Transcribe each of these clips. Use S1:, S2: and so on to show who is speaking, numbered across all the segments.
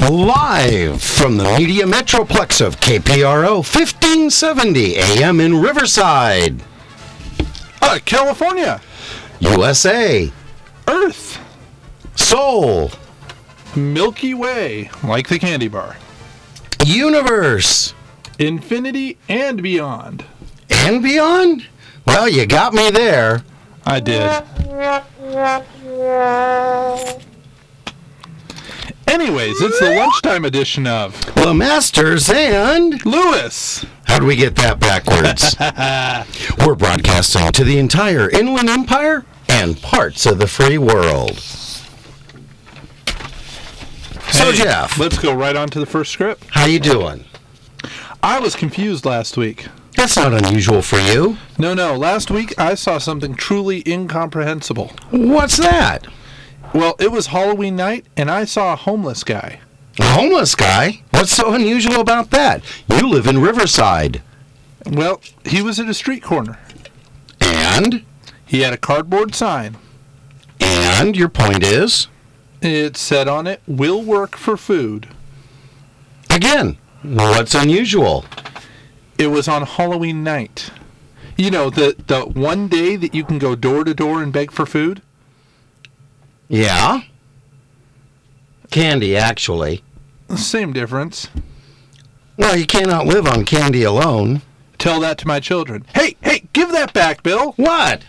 S1: Live from the Media Metroplex of KPRO 1570 AM in Riverside,
S2: Uh, California.
S1: USA.
S2: Earth.
S1: Soul.
S2: Milky Way. Like the candy bar.
S1: Universe.
S2: Infinity and beyond.
S1: And beyond? Well, you got me there.
S2: I did. Anyways, it's the lunchtime edition of
S1: The Masters and.
S2: Lewis.
S1: How do we get that backwards? We're broadcasting to the entire Inland Empire and parts of the free world. So
S2: Hey,
S1: Jeff,
S2: Let's go right on to the first script.
S1: how you doing?
S2: I was confused last week.
S1: That's not unusual for you.
S2: No, no, last week I saw something truly incomprehensible.
S1: What's that?
S2: Well, it was Halloween night and I saw a homeless guy.
S1: A homeless guy? What's so unusual about that? You live in Riverside.
S2: Well, he was at a street corner.
S1: And?
S2: He had a cardboard sign.
S1: And your point is?
S2: It said on it, "Will work for food."
S1: Again, what's unusual?
S2: It was on Halloween night. You know, the the one day that you can go door to door and beg for food?
S1: Yeah? Candy, actually.
S2: Same difference.
S1: Well, you cannot live on candy alone.
S2: Tell that to my children. Hey, hey, give that back, Bill.
S1: What?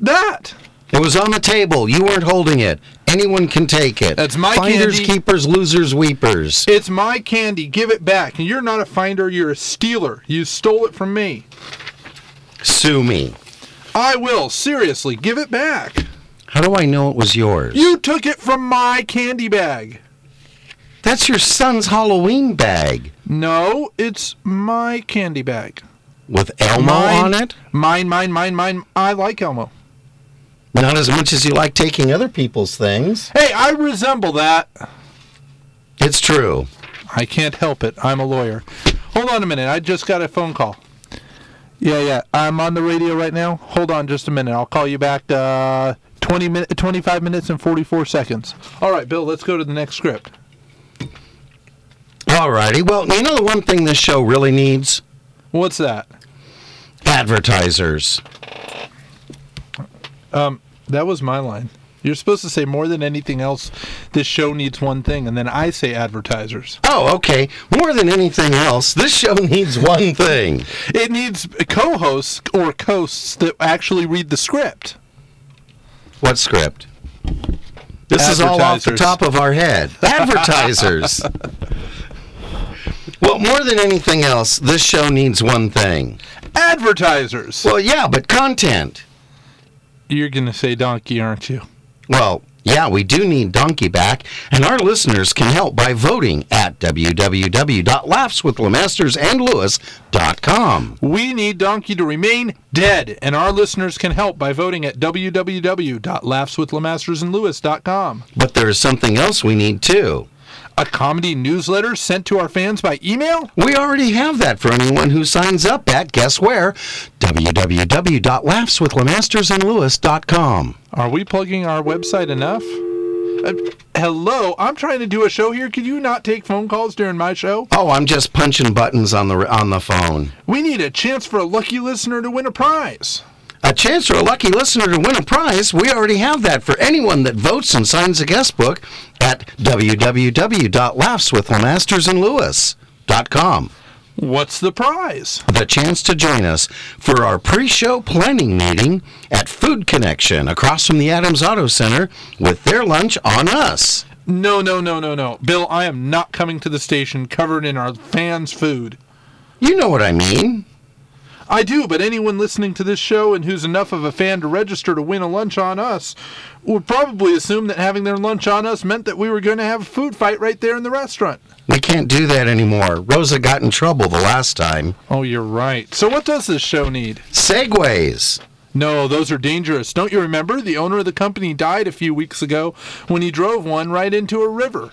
S2: That.
S1: It was on the table. You weren't holding it. Anyone can take it.
S2: That's my
S1: Finders,
S2: candy.
S1: keepers, losers, weepers.
S2: It's my candy. Give it back. And you're not a finder, you're a stealer. You stole it from me.
S1: Sue me.
S2: I will. Seriously, give it back.
S1: How do I know it was yours?
S2: You took it from my candy bag.
S1: That's your son's Halloween bag
S2: No, it's my candy bag.
S1: with Elmo
S2: Mine.
S1: on it.
S2: Mine, mine, mine, mine. I like Elmo.
S1: Not as much as you like taking other people's things.
S2: Hey, I resemble that.
S1: It's true.
S2: I can't help it. I'm a lawyer. Hold on a minute. I just got a phone call. Yeah, yeah. I'm on the radio right now. Hold on just a minute. I'll call you back uh, 20 min- 25 minutes and 44 seconds. All right, Bill, let's go to the next script.
S1: Alrighty. Well, you know the one thing this show really needs?
S2: What's that?
S1: Advertisers.
S2: That was my line. You're supposed to say more than anything else, this show needs one thing, and then I say advertisers.
S1: Oh, okay. More than anything else, this show needs one thing.
S2: It needs co hosts or coasts that actually read the script.
S1: What script? This is all off the
S2: Advertisers.
S1: top of our head. Advertisers. well, more than anything else, this show needs one thing.
S2: Advertisers!
S1: Well, yeah, but content.
S2: You're going to say donkey, aren't you?
S1: Well, yeah, we do need Donkey back, and our listeners can help by voting at www.laughswithlemastersandlewis.com.
S2: We need Donkey to remain dead, and our listeners can help by voting at www.laughswithlemastersandlewis.com.
S1: But there is something else we need too.
S2: A comedy newsletter sent to our fans by email?
S1: We already have that for anyone who signs up at guess where www.laughswithlemastersandlewis.com.
S2: Are we plugging our website enough? Uh, hello, I'm trying to do a show here. Could you not take phone calls during my show?
S1: Oh, I'm just punching buttons on the on the phone.
S2: We need a chance for a lucky listener to win a prize.
S1: A chance for a lucky listener to win a prize. We already have that for anyone that votes and signs a guest book at www.laughswithlemastersandlewis.com.
S2: What's the prize?
S1: The chance to join us for our pre-show planning meeting at Food Connection across from the Adams Auto Center with their lunch on us.
S2: No, no, no, no, no. Bill, I am not coming to the station covered in our fans' food.
S1: You know what I mean?
S2: I do, but anyone listening to this show and who's enough of a fan to register to win a lunch on us would probably assume that having their lunch on us meant that we were going to have a food fight right there in the restaurant.
S1: We can't do that anymore. Rosa got in trouble the last time.
S2: Oh, you're right. So, what does this show need?
S1: Segways.
S2: No, those are dangerous. Don't you remember? The owner of the company died a few weeks ago when he drove one right into a river.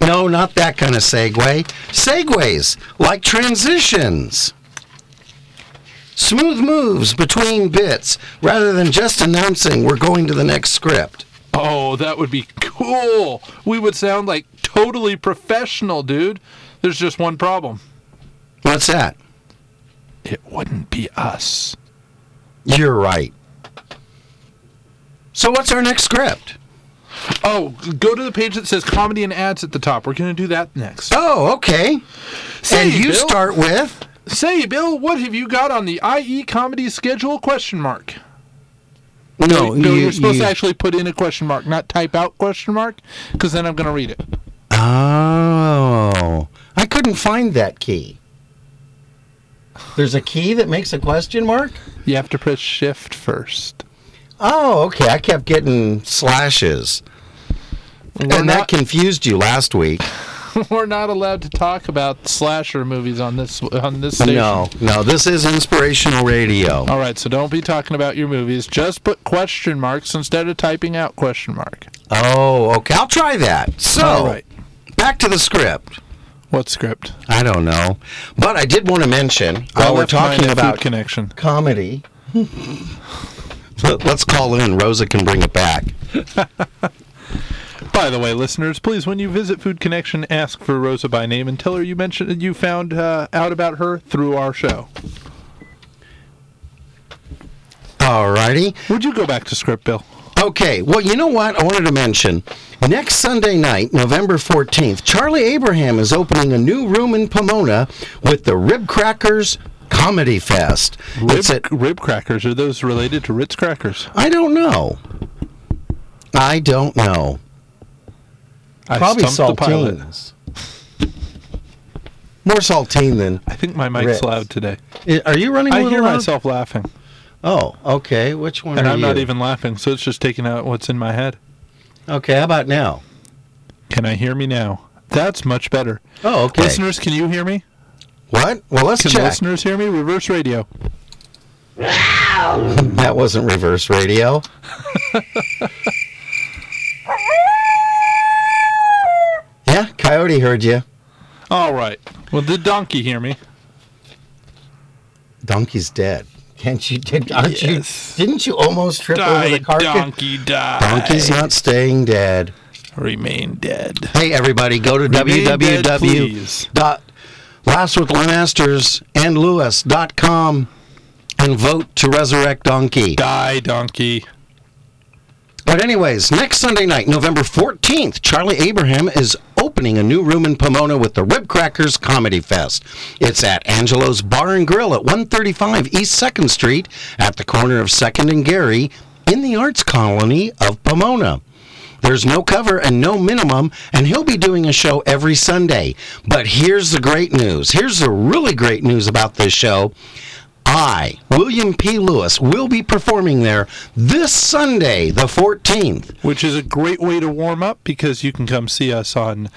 S1: No, not that kind of segue. Segways, like transitions. Smooth moves between bits rather than just announcing we're going to the next script.
S2: Oh, that would be cool. We would sound like totally professional, dude. There's just one problem.
S1: What's that?
S2: It wouldn't be us.
S1: You're right. So what's our next script?
S2: Oh, go to the page that says comedy and ads at the top. We're going to do that next. Uh,
S1: Oh, okay. and you
S2: Bill.
S1: start with
S2: Say, Bill, what have you got on the IE comedy schedule? Question mark.
S1: no.
S2: No,
S1: you-
S2: you're supposed
S1: you-
S2: to actually put in a question mark, not type out question mark, because then I'm going to read it.
S1: Oh, I couldn't find that key. There's a key that makes a question mark.
S2: You have to press shift first.
S1: Oh, okay. I kept getting slashes,
S2: We're,
S1: and that
S2: not,
S1: confused you last week.
S2: we're not allowed to talk about slasher movies on this on this station.
S1: No, no. This is inspirational radio.
S2: All right, so don't be talking about your movies. Just put question marks instead of typing out question mark.
S1: Oh, okay. I'll try that. So,
S2: All right.
S1: back to the script.
S2: What script?
S1: I don't know, but I did want to mention
S2: I
S1: while Oh, we're
S2: left mine
S1: talking
S2: at
S1: about
S2: food connection.
S1: comedy. Let- Let's call it in. Rosa can bring it back.
S2: By the way, listeners, please, when you visit Food Connection, ask for Rosa by name and tell her you mentioned you found uh, out about her through our show.
S1: Alrighty.
S2: Would you go back to script, Bill?
S1: Okay, well, you know what? I wanted to mention next Sunday night, November 14th, Charlie Abraham is opening a new room in Pomona with the Rib Crackers Comedy Fest.
S2: Rib,
S1: It's at,
S2: rib crackers are those related to Ritz crackers?
S1: I don't know. I don't know.
S2: I
S1: Probably
S2: stumped the pilot.
S1: saltines. More saltine than.
S2: I think my mic's
S1: Ritz.
S2: loud today.
S1: I- Are you running? a
S2: I
S1: little
S2: hear
S1: loud?
S2: myself laughing,
S1: Oh, okay. Which one?
S2: and
S1: are
S2: I'm not
S1: you?
S2: even laughing, so it's just taking out what's in my head.
S1: Okay. How about now?
S2: Can I hear me now? That's much better.
S1: Oh, okay.
S2: Listeners, can you hear me?
S1: what? Well, let's
S2: Can
S1: check.
S2: listeners hear me? Reverse radio.
S1: That wasn't reverse radio. yeah, Coyote heard you.
S2: All right. Well, did donkey hear me?
S1: Donkey's dead. Can't you? Did, aren't
S2: Yes.
S1: you? Didn't you almost trip over
S2: Die,
S1: the carcass?
S2: donkey, die.
S1: Donkey's not staying dead.
S2: Remain dead.
S1: Hey, everybody, go to
S2: Remain dead, please.
S1: www.lastwithlanasters.andlewis.com and vote to resurrect Donkey.
S2: Die, donkey.
S1: But anyways, next Sunday night, November 14th, Charlie Abraham is opening a new room in Pomona with the Rib Crackers Comedy Fest. It's at Angelo's Bar and Grill at 135 East 2nd Street at the corner of 2nd and Gary in the Arts Colony of Pomona. There's no cover and no minimum, and he'll be doing a show every Sunday. But here's the great news. Here's the really great news about this show. I, William P. Lewis, will be performing there this Sunday, the 14th.
S2: Which is a great way to warm up because you can come see us on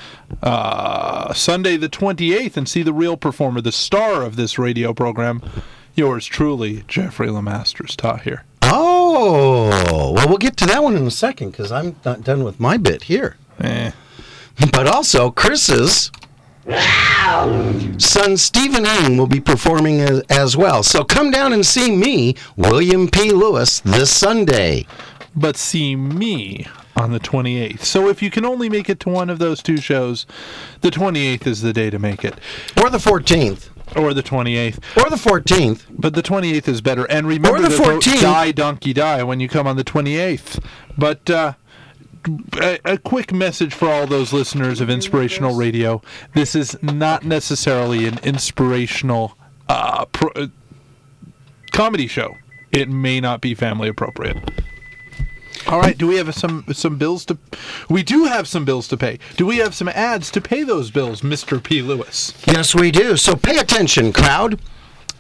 S2: uh, Sunday the 28th and see the real performer, the star of this radio program, yours truly, Jeffrey Lemasters Ta here.
S1: Oh, well, we'll get to that one in a second because I'm not done with my bit here.
S2: Eh.
S1: But also, Chris's son Stephen Ng will be performing as, as well. So come down and see me, William P. Lewis, this Sunday.
S2: But see me on the 28th. So if you can only make it to one of those two shows, the 28th is the day to make it,
S1: Or the 14th.
S2: or the 28th.
S1: Or the 14th.
S2: But the 28th is better. And remember
S1: Or the
S2: to vote
S1: 14th.
S2: die donkey die when you come on the 28th. But uh, a, a quick message for all those listeners of inspirational radio. This is not necessarily an inspirational uh, pro- uh, comedy show. It may not be family appropriate. All right, do we have some some bills to We do have some bills to pay. Do we have some ads to pay those bills, Mr. P. Lewis?
S1: Yes, we do. So pay attention, crowd.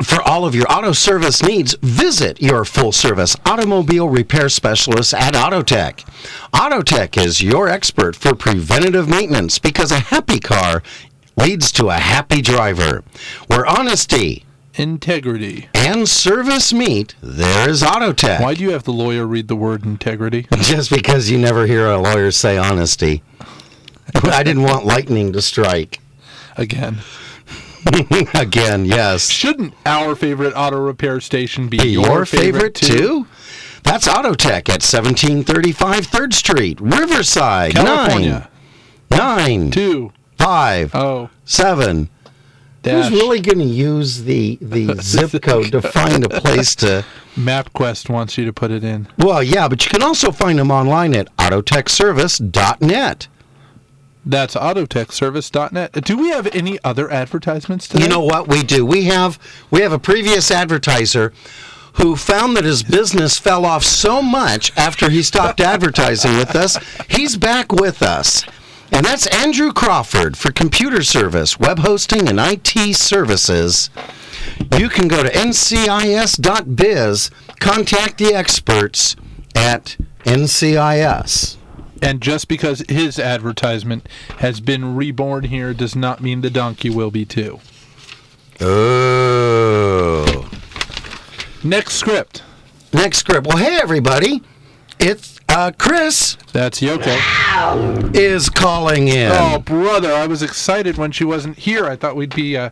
S1: For all of your auto service needs, visit your full service automobile repair specialist at Autotech. Autotech is your expert for preventative maintenance because a happy car leads to a happy driver. Where honesty
S2: Integrity.
S1: and service meet, there is Autotech.
S2: Why do you have the lawyer read the word integrity?
S1: Just because you never hear a lawyer say honesty. I didn't want lightning to strike.
S2: again.
S1: Again, yes.
S2: Shouldn't our favorite auto repair station be,
S1: your, favorite, too? That's Autotech at 1735 3rd Street, Riverside,
S2: California.
S1: 9. nine,
S2: two,
S1: five,
S2: oh,
S1: seven.
S2: dash.
S1: Who's really going to use the the zip code to find a place to?
S2: MapQuest wants you to put it in.
S1: Well, yeah, but you can also find them online at autotechservice.net.
S2: That's autotechservice.net. Do we have any other advertisements today?
S1: You know what we do? We have we have a previous advertiser who found that his business fell off so much after he stopped advertising with us. He's back with us. And that's Andrew Crawford for computer service, web hosting and IT services. You can go to ncis.biz, contact the experts at ncis.
S2: And just because his advertisement has been reborn here does not mean the donkey will be too.
S1: Oh.
S2: Next script.
S1: Next script. Well, hey everybody, it's uh, Chris
S2: That's Yoko.
S1: is calling in.
S2: Oh, brother! I was excited when she wasn't here. I thought we'd be uh,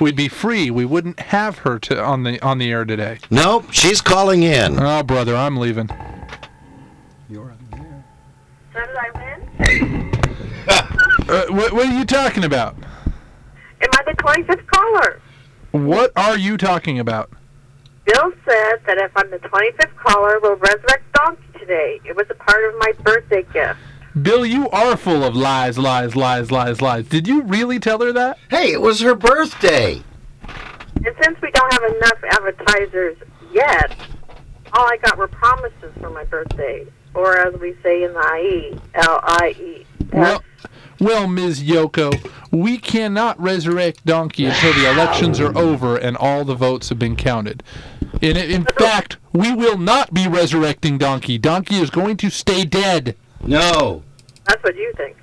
S2: we'd be free. We wouldn't have her to, on the on the air today.
S1: Nope, she's calling in.
S2: Oh, brother! I'm leaving.
S3: So did I win?
S2: Uh, what, what are you talking about?
S3: Am I the 25th caller?
S2: What are you talking about?
S3: Bill said that if I'm the 25th caller, we'll resurrect Donkey today. It was a part of my birthday gift.
S2: Bill, you are full of lies, lies, lies, lies, lies. Did you really tell her that?
S1: Hey, it was her birthday.
S3: And since we don't have enough advertisers yet, all I got were promises for my birthday. Or as we say in the E, IE, L-I-E.
S2: Well, well, Ms. Yoko, we cannot resurrect Donkey until the elections are over and all the votes have been counted. And i- in fact, we will not be resurrecting Donkey. Donkey is going to stay dead.
S1: No.
S3: That's what you think.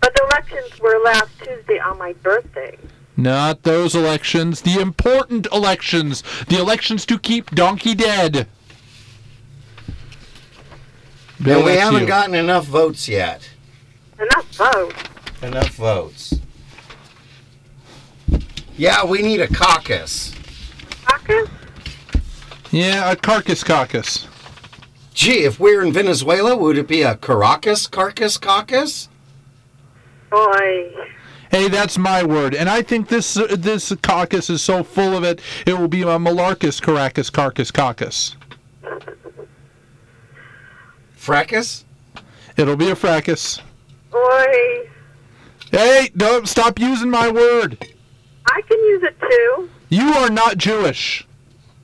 S3: But the elections were last Tuesday on my birthday.
S2: Not those elections, the important elections, the elections to keep Donkey dead. Bill,
S1: And we
S2: that's
S1: haven't
S2: you.
S1: gotten enough votes yet.
S3: Enough votes.
S1: Enough votes. Yeah, we need a caucus.
S3: Caucus?
S2: Yeah, a carcass caucus.
S1: Gee, if we were in Venezuela, would it be a Caracas carcass caucus?
S3: Boy.
S2: Hey, that's my word, and I think this this caucus is so full of it. It will be a Malarcus Caracas Carcass Caucus.
S1: Fracas?
S2: It'll be a fracas.
S3: Boy.
S2: Hey, don't stop using my word.
S3: I can use it too.
S2: You are not Jewish.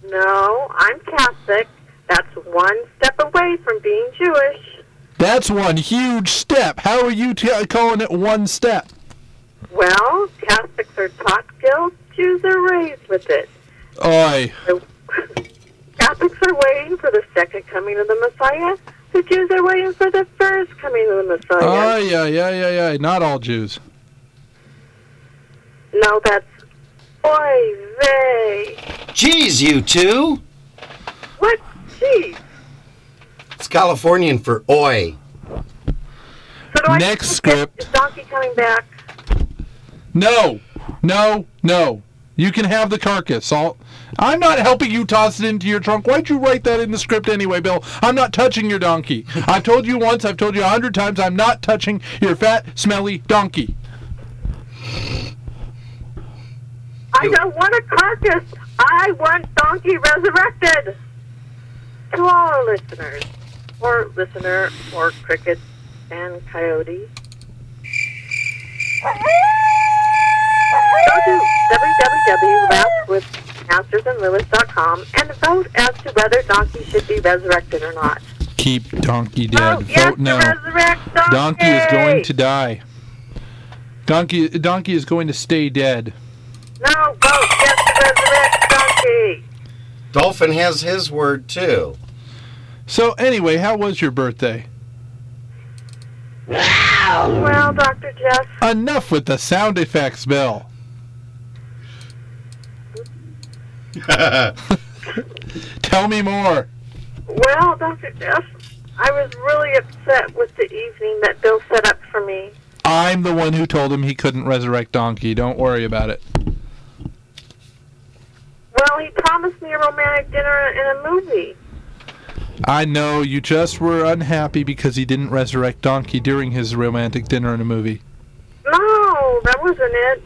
S3: No, I'm Catholic. That's one step away from being Jewish.
S2: That's one huge step. How are you t- calling it one step?
S3: Well, Catholics are taught guilt, Jews are raised with it.
S2: Oi.
S3: So, Catholics are waiting for the second coming of the Messiah. The Jews are waiting for the first coming of the
S2: Oi,
S3: Messiah.
S2: yeah, Oh, yeah, yeah, yeah. Not all Jews.
S3: No, that's oy vey.
S1: Geez, you two.
S3: What? Jeez.
S1: It's Californian for oi.
S3: So do I
S2: Next
S3: still get-
S2: script.
S3: Is Donkey coming back?
S2: No, no, no. You can have the carcass. I'll, I'm not helping you toss it into your trunk. Why'd you write that in the script anyway, Bill? I'm not touching your donkey. I've told you once, I've told you a hundred times, I'm not touching your fat, smelly donkey.
S3: I don't want a carcass. I want Donkey resurrected. To all our listeners, or listener, or cricket and coyote, go to www.rapwithmastersandlewis.com and vote as to whether Donkey should be resurrected or not.
S2: Keep donkey dead.
S3: vote yes
S2: Vote now.
S3: to resurrect Donkey.
S2: Donkey is going to die. Donkey, donkey is going to stay dead.
S3: No, vote yes to resurrect Donkey.
S1: Dolphin has his word too.
S2: So anyway, how was your birthday?
S3: Well, Dr. Jeff,
S2: Enough with the sound effects, Bill. Tell me more.
S3: Well, Dr. Jeff, I was really upset with the evening that Bill set up for me.
S2: I'm the one who told him he couldn't resurrect Donkey. Don't worry about it.
S3: Well, he promised me a romantic dinner and a movie.
S2: I know you just were unhappy because he didn't resurrect Donkey during his romantic dinner in a movie.
S3: No, that wasn't it.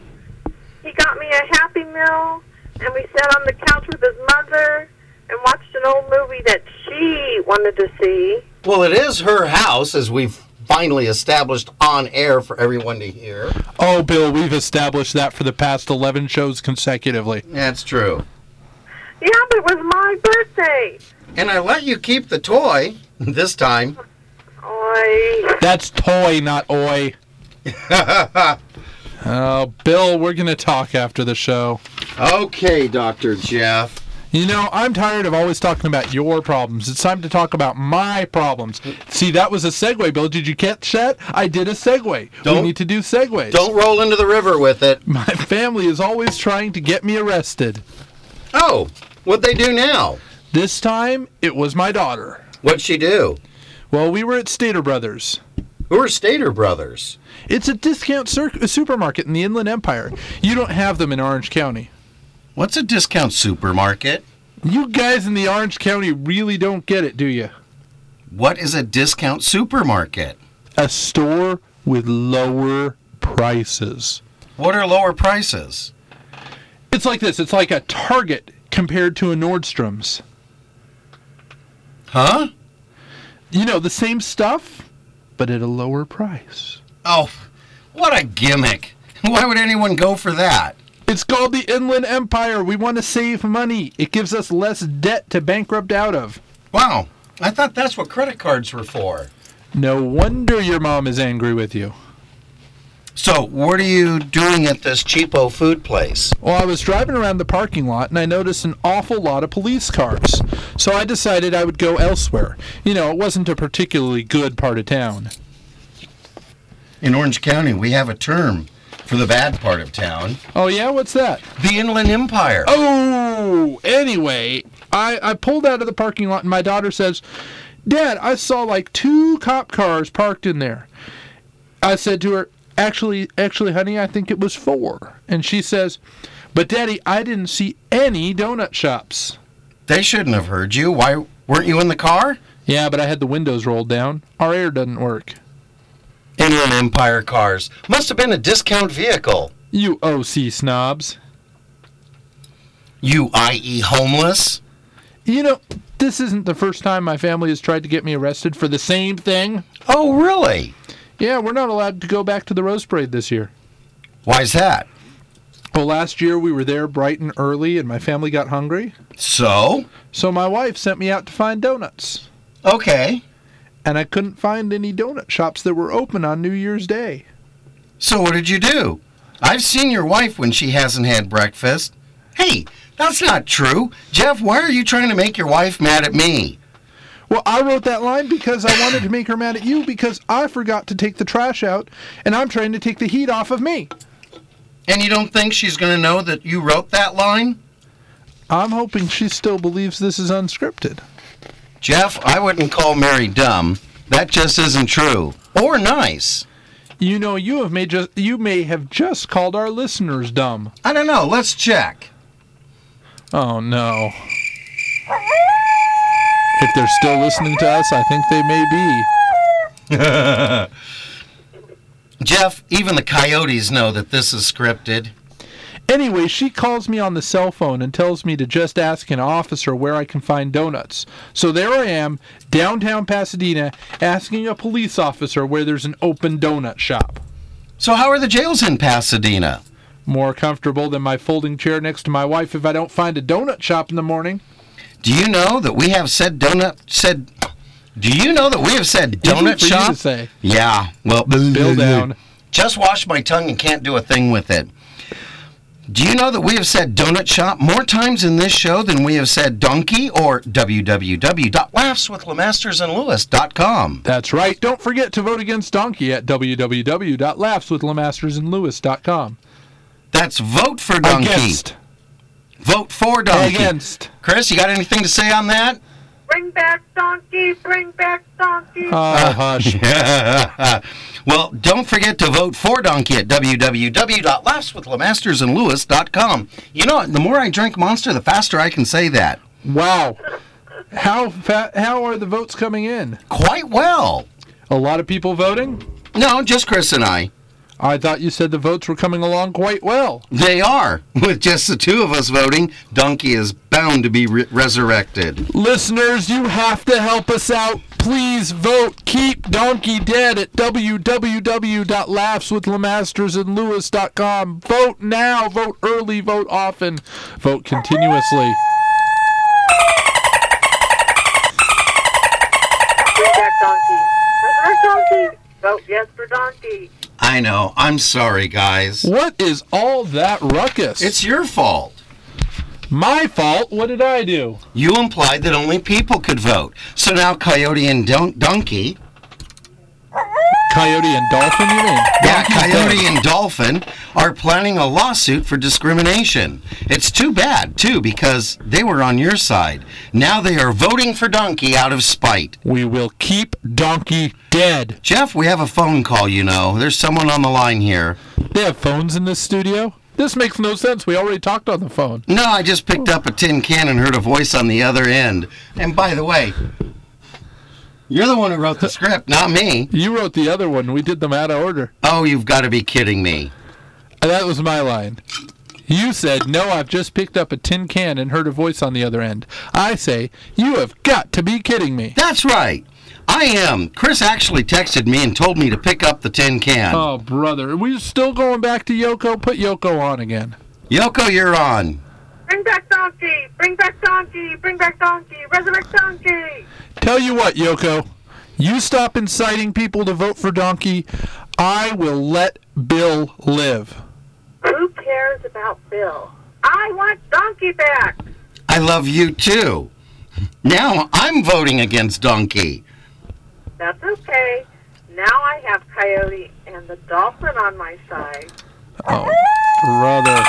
S3: He got me a Happy Meal, and we sat on the couch with his mother and watched an old movie that she wanted to see.
S1: Well, it is her house, as we've finally established on air for everyone to hear.
S2: Oh, Bill, we've established that for the past 11 shows consecutively.
S1: That's true.
S3: Yeah, but it was my birthday.
S1: And I let you keep the toy this time.
S3: Oi.
S2: That's toy, not oi. Oh, Bill, we're going to talk after the show.
S1: okay, Dr. Jeff.
S2: You know, I'm tired of always talking about your problems. It's time to talk about my problems. See, that was a segue, Bill. Did you catch that? I did a segue. we
S1: Don't-
S2: need to do segues.
S1: Don't roll into the river with it.
S2: My family is always trying to get me arrested.
S1: Oh, what'd they do now?
S2: This time, it was my daughter.
S1: What'd she do?
S2: Well, we were at Stater Brothers.
S1: Who are Stater Brothers?
S2: It's a discount cir- supermarket in the Inland Empire. You don't have them in Orange County.
S1: What's a discount supermarket?
S2: You guys in the Orange County really don't get it, do you?
S1: What is a discount supermarket?
S2: A store with lower prices.
S1: What are lower prices?
S2: It's like this it's like a Target compared to a Nordstrom's.
S1: Huh?
S2: You know, the same stuff, but at a lower price.
S1: Oh, what a gimmick. Why would anyone go for that?
S2: It's called the Inland Empire. We want to save money. It gives us less debt to bankrupt out of.
S1: Wow, I thought that's what credit cards were for.
S2: No wonder your mom is angry with you.
S1: So, what are you doing at this cheapo food place?
S2: Well, I was driving around the parking lot and I noticed an awful lot of police cars. So I decided I would go elsewhere. You know, it wasn't a particularly good part of town.
S1: In Orange County, we have a term for the bad part of town
S2: Oh, yeah? What's that?
S1: the Inland Empire.
S2: Oh, anyway, I, I pulled out of the parking lot and my daughter says, Dad, I saw like two cop cars parked in there. I said to her, Actually, actually, honey, I think it was four. And she says, But Daddy, I didn't see any donut shops.
S1: They shouldn't have heard you. Why weren't you in the car?
S2: Yeah, but I had the windows rolled down. Our air doesn't work.
S1: Inland Empire cars. Must have been a discount vehicle.
S2: You OC snobs.
S1: You, i.e., homeless?
S2: You know, this isn't the first time my family has tried to get me arrested for the same thing.
S1: Oh, really?
S2: Yeah, we're not allowed to go back to the Rose Parade this year.
S1: Why's that?
S2: Well, last year we were there bright and early and my family got hungry.
S1: So?
S2: So my wife sent me out to find donuts.
S1: Okay.
S2: And I couldn't find any donut shops that were open on New Year's Day.
S1: So, what did you do? I've seen your wife when she hasn't had breakfast. Hey, that's not true. Jeff, why are you trying to make your wife mad at me?
S2: Well, I wrote that line because I wanted to make her mad at you because I forgot to take the trash out and I'm trying to take the heat off of me.
S1: And you don't think she's going to know that you wrote that line?
S2: I'm hoping she still believes this is unscripted.
S1: Jeff, I wouldn't call Mary dumb. That just isn't true. Or nice.
S2: You know, you have made just you may have just called our listeners dumb.
S1: I don't know. Let's check.
S2: Oh no. If they're still listening to us, I think they may be.
S1: Jeff, even the coyotes know that this is scripted.
S2: Anyway, she calls me on the cell phone and tells me to just ask an officer where I can find donuts. So there I am, downtown Pasadena, asking a police officer where there's an open donut shop.
S1: So, how are the jails in Pasadena?
S2: More comfortable than my folding chair next to my wife if I don't find a donut shop in the morning.
S1: Do you know that we have said donut said? Do you know that we have said
S2: Easy
S1: donut
S2: for you
S1: shop?
S2: to say.
S1: Yeah. Well,
S2: Bill down.
S1: Just washed my tongue and can't do a thing with it. Do you know that we have said donut shop more times in this show than we have said donkey or www.laughswithlemastersandlewis.com?
S2: That's right. Don't forget to vote against Donkey at www.laughswithlemastersandlewis.com.
S1: That's vote for donkey.
S2: Against.
S1: Vote for donkey.
S2: Against.
S1: Chris, you got anything to say on that?
S3: Bring back donkey, bring back donkey.
S2: Oh,
S1: Uh-huh.
S2: hush.
S1: well, don't forget to vote for Donkey at www.laughswithlemastersandlewis.com. You know, the more I drink Monster, the faster I can say that.
S2: Wow. How fa- how are the votes coming in?
S1: Quite well.
S2: A lot of people voting?
S1: No, just Chris and I.
S2: I thought you said the votes were coming along quite well.
S1: They are. With just the two of us voting, Donkey is bound to be re- resurrected.
S2: Listeners, you have to help us out. Please vote Keep Donkey Dead at www.laughswithlemastersandlewis.com. Vote now, vote early, vote often, vote continuously.
S3: Reject donkey. Resurrect donkey. Vote yes for donkey.
S1: I know. I'm sorry, guys.
S2: What is all that ruckus?
S1: It's your fault.
S2: my fault. What did I do?
S1: You implied that only people could vote. So now Coyote and Don- Donkey,
S2: Coyote and Dolphin, you mean?
S1: yeah,
S2: Donkey's dead.
S1: Coyote and Dolphin are planning a lawsuit for discrimination. It's too bad, too, because they were on your side. Now they are voting for Donkey out of spite.
S2: We will keep Donkey dead.
S1: Jeff, we have a phone call, you know. There's someone on the line here.
S2: They have phones in this studio? This makes no sense. We already talked on the phone.
S1: No, I just picked up a tin can and heard a voice on the other end. And by the way, you're the one who wrote the script, not me.
S2: You wrote the other one. We did them out of order.
S1: Oh, you've got to be kidding me.
S2: That was my line. You said, No, I've just picked up a tin can and heard a voice on the other end. I say, You have got to be kidding me.
S1: That's right. I am. Chris actually texted me and told me to pick up the tin can.
S2: Oh, brother. We're still going back to Yoko. Put Yoko on again.
S1: Yoko, you're on.
S3: Bring back donkey. Bring back donkey. Bring back donkey. Resurrect donkey.
S2: Tell you what, Yoko, you stop inciting people to vote for Donkey. I will let Bill live.
S3: Who cares about Bill? I want donkey back.
S1: I love you too. Now I'm voting against Donkey.
S3: That's okay. Now I have coyote and the dolphin on my side.
S2: Oh, brother.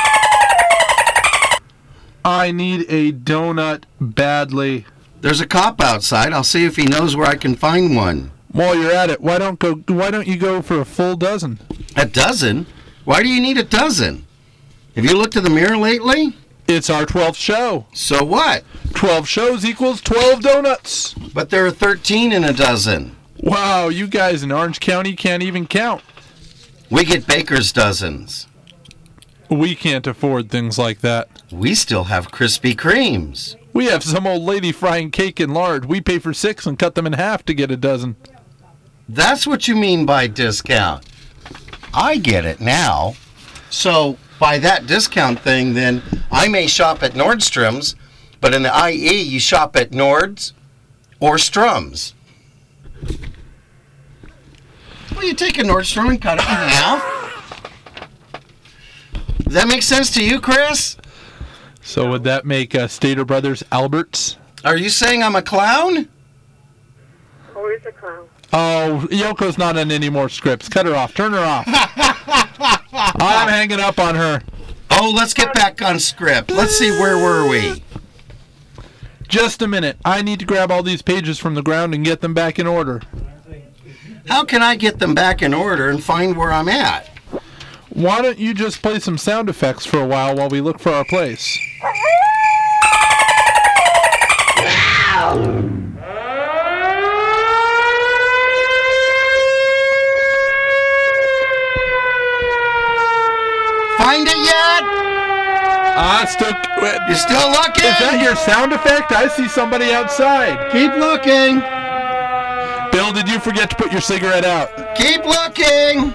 S2: I need a donut badly.
S1: There's a cop outside. I'll see if he knows where I can find one.
S2: While you're at it, why don't go why don't you go for a full dozen?
S1: A dozen? Why do you need a dozen? Have you looked in the mirror lately?
S2: It's our 12th show.
S1: So what?
S2: 12 shows equals 12 donuts.
S1: But there are 13 in a dozen.
S2: Wow, you guys in Orange County can't even count.
S1: We get baker's dozens.
S2: We can't afford things like that.
S1: We still have Krispy Kremes.
S2: We have some old lady frying cake in lard. We pay for six and cut them in half to get a dozen.
S1: That's what you mean by discount. I get it now. So, by that discount thing, then I may shop at Nordstrom's, but in the IE, you shop at Nords or Strums. Well, you take a Nordstrom and cut it in half. Does that make sense to you, Chris?
S2: So would that make uh, Stater Brothers Alberts?
S1: Are you saying I'm a clown?
S3: Or is a clown?
S2: Oh, Yoko's not on any more scripts. Cut her off. Turn her off. I'm hanging up on her.
S1: Oh, let's get back on script. Let's see, where were we?
S2: Just a minute. I need to grab all these pages from the ground and get them back in order.
S1: How can I get them back in order and find where I'm at?
S2: Why don't you just play some sound effects for a while while we look for our place?
S1: Find it yet?
S2: I still. Wait,
S1: You're still looking.
S2: Is that your sound effect? I see somebody outside.
S1: Keep looking.
S2: Bill, did you forget to put your cigarette out?
S1: Keep looking.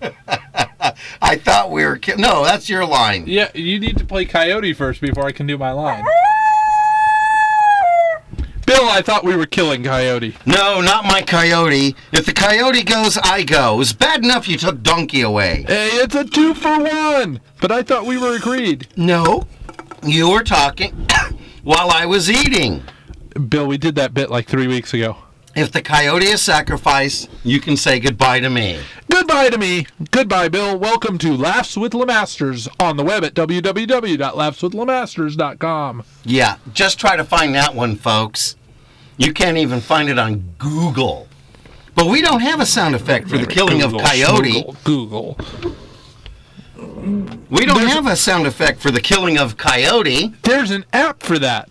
S1: I thought we were ki- no. That's your line.
S2: Yeah, you need to play Coyote first before I can do my line. Bill, I thought we were killing Coyote.
S1: No, not my coyote. If the coyote goes, I go. It was bad enough you took donkey away.
S2: Hey, it's a two for one! But I thought we were agreed.
S1: No, you were talking while I was eating.
S2: Bill, we did that bit like three weeks ago.
S1: If the coyote is sacrificed, you can say goodbye to me.
S2: Goodbye to me. Goodbye, Bill. Welcome to Laughs with Lemasters on the web at www.laughswithlemaster's.com.
S1: Yeah, just try to find that one, folks. You can't even find it on Google. But we don't have a sound effect for the killing of coyote.
S2: Google. Google.
S1: We don't have a sound effect for the killing of coyote.
S2: There's an app for that.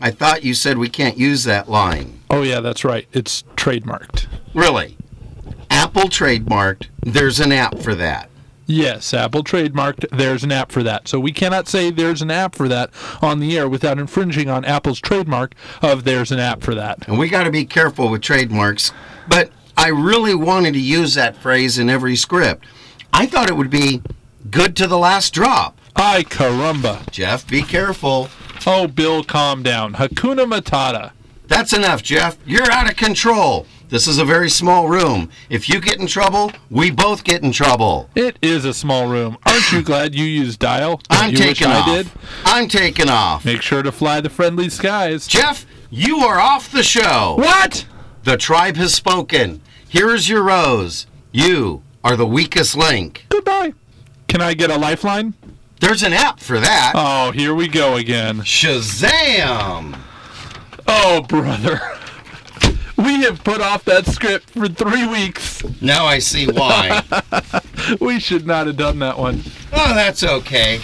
S1: I thought you said we can't use that line.
S2: Oh, yeah, that's right. It's trademarked.
S1: Really? Apple Apple trademarked, there's an app for that.
S2: Yes, Apple trademarked there's an app for that. So we cannot say there's an app for that on the air without infringing on Apple's trademark of there's an app for that.
S1: And we got to be careful with trademarks. But I really wanted to use that phrase in every script. I thought it would be good to the last drop.
S2: Ay caramba.
S1: Jeff, be careful.
S2: Oh, Bill, calm down. Hakuna Matata.
S1: That's enough, Jeff. You're out of control. This is a very small room. If you get in trouble, we both get in trouble.
S2: It is a small room. Aren't you glad you used dial? Don't
S1: I'm
S2: you wish
S1: taking
S2: I
S1: off.
S2: did?
S1: I'm taking off.
S2: Make sure to fly the friendly skies.
S1: Jeff, you are off the show.
S2: What?
S1: The tribe has spoken. Here is your rose. You are the weakest link.
S2: Goodbye. Can I get a lifeline?
S1: There's an app for that.
S2: Oh, here we go again.
S1: Shazam!
S2: Oh, brother. We have put off that script for three weeks.
S1: Now I see why. oh,
S2: We should not have done that one.
S1: that's okay.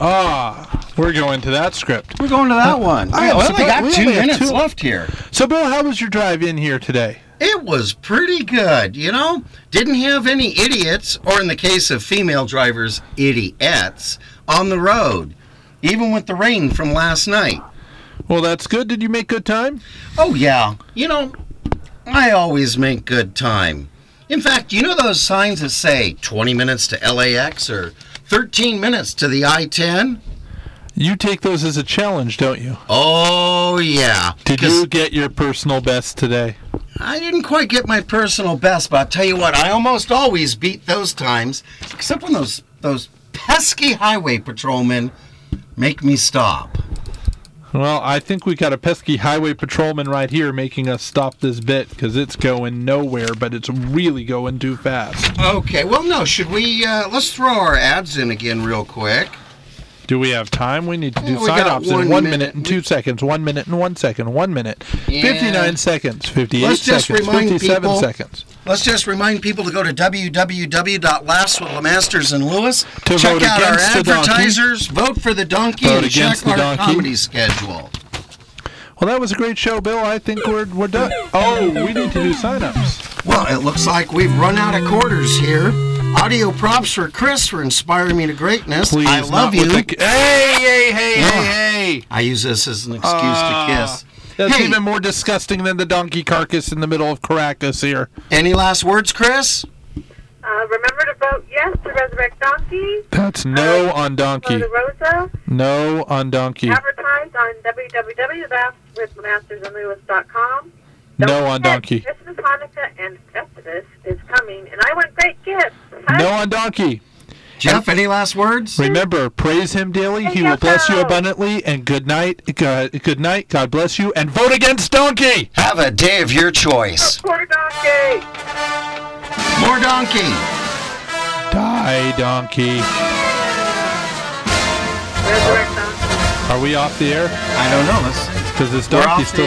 S2: Ah, we're going to that script.
S1: We're going to that one.
S2: I
S1: I
S2: am
S1: only
S2: surprised-
S1: got
S2: we
S1: two
S2: only have
S1: minutes
S2: two-
S1: left here.
S2: So, Bill, how was your drive in here today?
S1: It was pretty good, you know? Didn't have any idiots, or in the case of female drivers, idiots, on the road, even with the rain from last night.
S2: Well, that's good. Did you make good time?
S1: Oh, yeah. You know, I always make good time. In fact, you know those signs that say 20 minutes to LAX or 13 minutes to the I 10?
S2: You take those as a challenge, don't you?
S1: Oh, yeah.
S2: Did
S1: 'Cause
S2: you get your personal best today?
S1: I didn't quite get my personal best, but I'll tell you what, I almost always beat those times, except when those those pesky highway patrolmen make me stop.
S2: Well, I think we got a pesky highway patrolman right here making us stop this bit because it's going nowhere, but it's really going too fast.
S1: Okay, well, no, should we? Uh, let's throw our ads in again real quick.
S2: Do we have time? We need to do
S1: Yeah, we
S2: sign
S1: got
S2: offs
S1: one
S2: in one
S1: minute.
S2: minute and two seconds, one minute and one second, one minute,
S1: Yeah.
S2: 59 seconds, 58
S1: Let's just
S2: seconds,
S1: remind
S2: 57
S1: people-
S2: seconds.
S1: Let's just remind people to go to www.last with Lemasters and Lewis.
S2: To
S1: check
S2: vote
S1: out our
S2: against the donkey.
S1: advertisers, vote for the donkey,
S2: Vote
S1: and check
S2: against the
S1: our
S2: donkey.
S1: comedy schedule.
S2: Well, that was a great show, Bill. I think we're, we're done. Oh, we need to do sign ups.
S1: Well, it looks like we've run out of quarters here. Audio props for Chris for inspiring me to greatness.
S2: Please.
S1: I love
S2: not with
S1: you.
S2: the- hey, hey, hey,
S1: Yeah.
S2: hey, hey.
S1: I use this as an excuse
S2: Ah.
S1: to kiss.
S2: That's
S1: Hey.
S2: even more disgusting than the donkey carcass in the middle of Caracas here.
S1: Any last words, Chris?
S3: Uh, remember to vote yes to Resurrect Donkey.
S2: That's no on donkey.
S3: Mona Rosa,
S2: No on donkey.
S3: advertised on www.mastersandlewis.com.
S2: No on donkey.
S3: Christmas, Hanukkah, and Festivus is coming, and I want great gifts.
S2: No on donkey.
S1: Jeff, any last words?
S2: Remember, praise him daily. He will bless you abundantly. And good night. God, good night. God bless you. And vote against donkey.
S1: Have a day of your choice.
S3: Quarter donkey.
S1: More donkey.
S2: Die donkey.
S3: Resurrect donkey.
S2: Are we off the air?
S1: I don't know. Let's-
S2: Because this
S1: We're off
S2: donkey's
S1: the
S2: still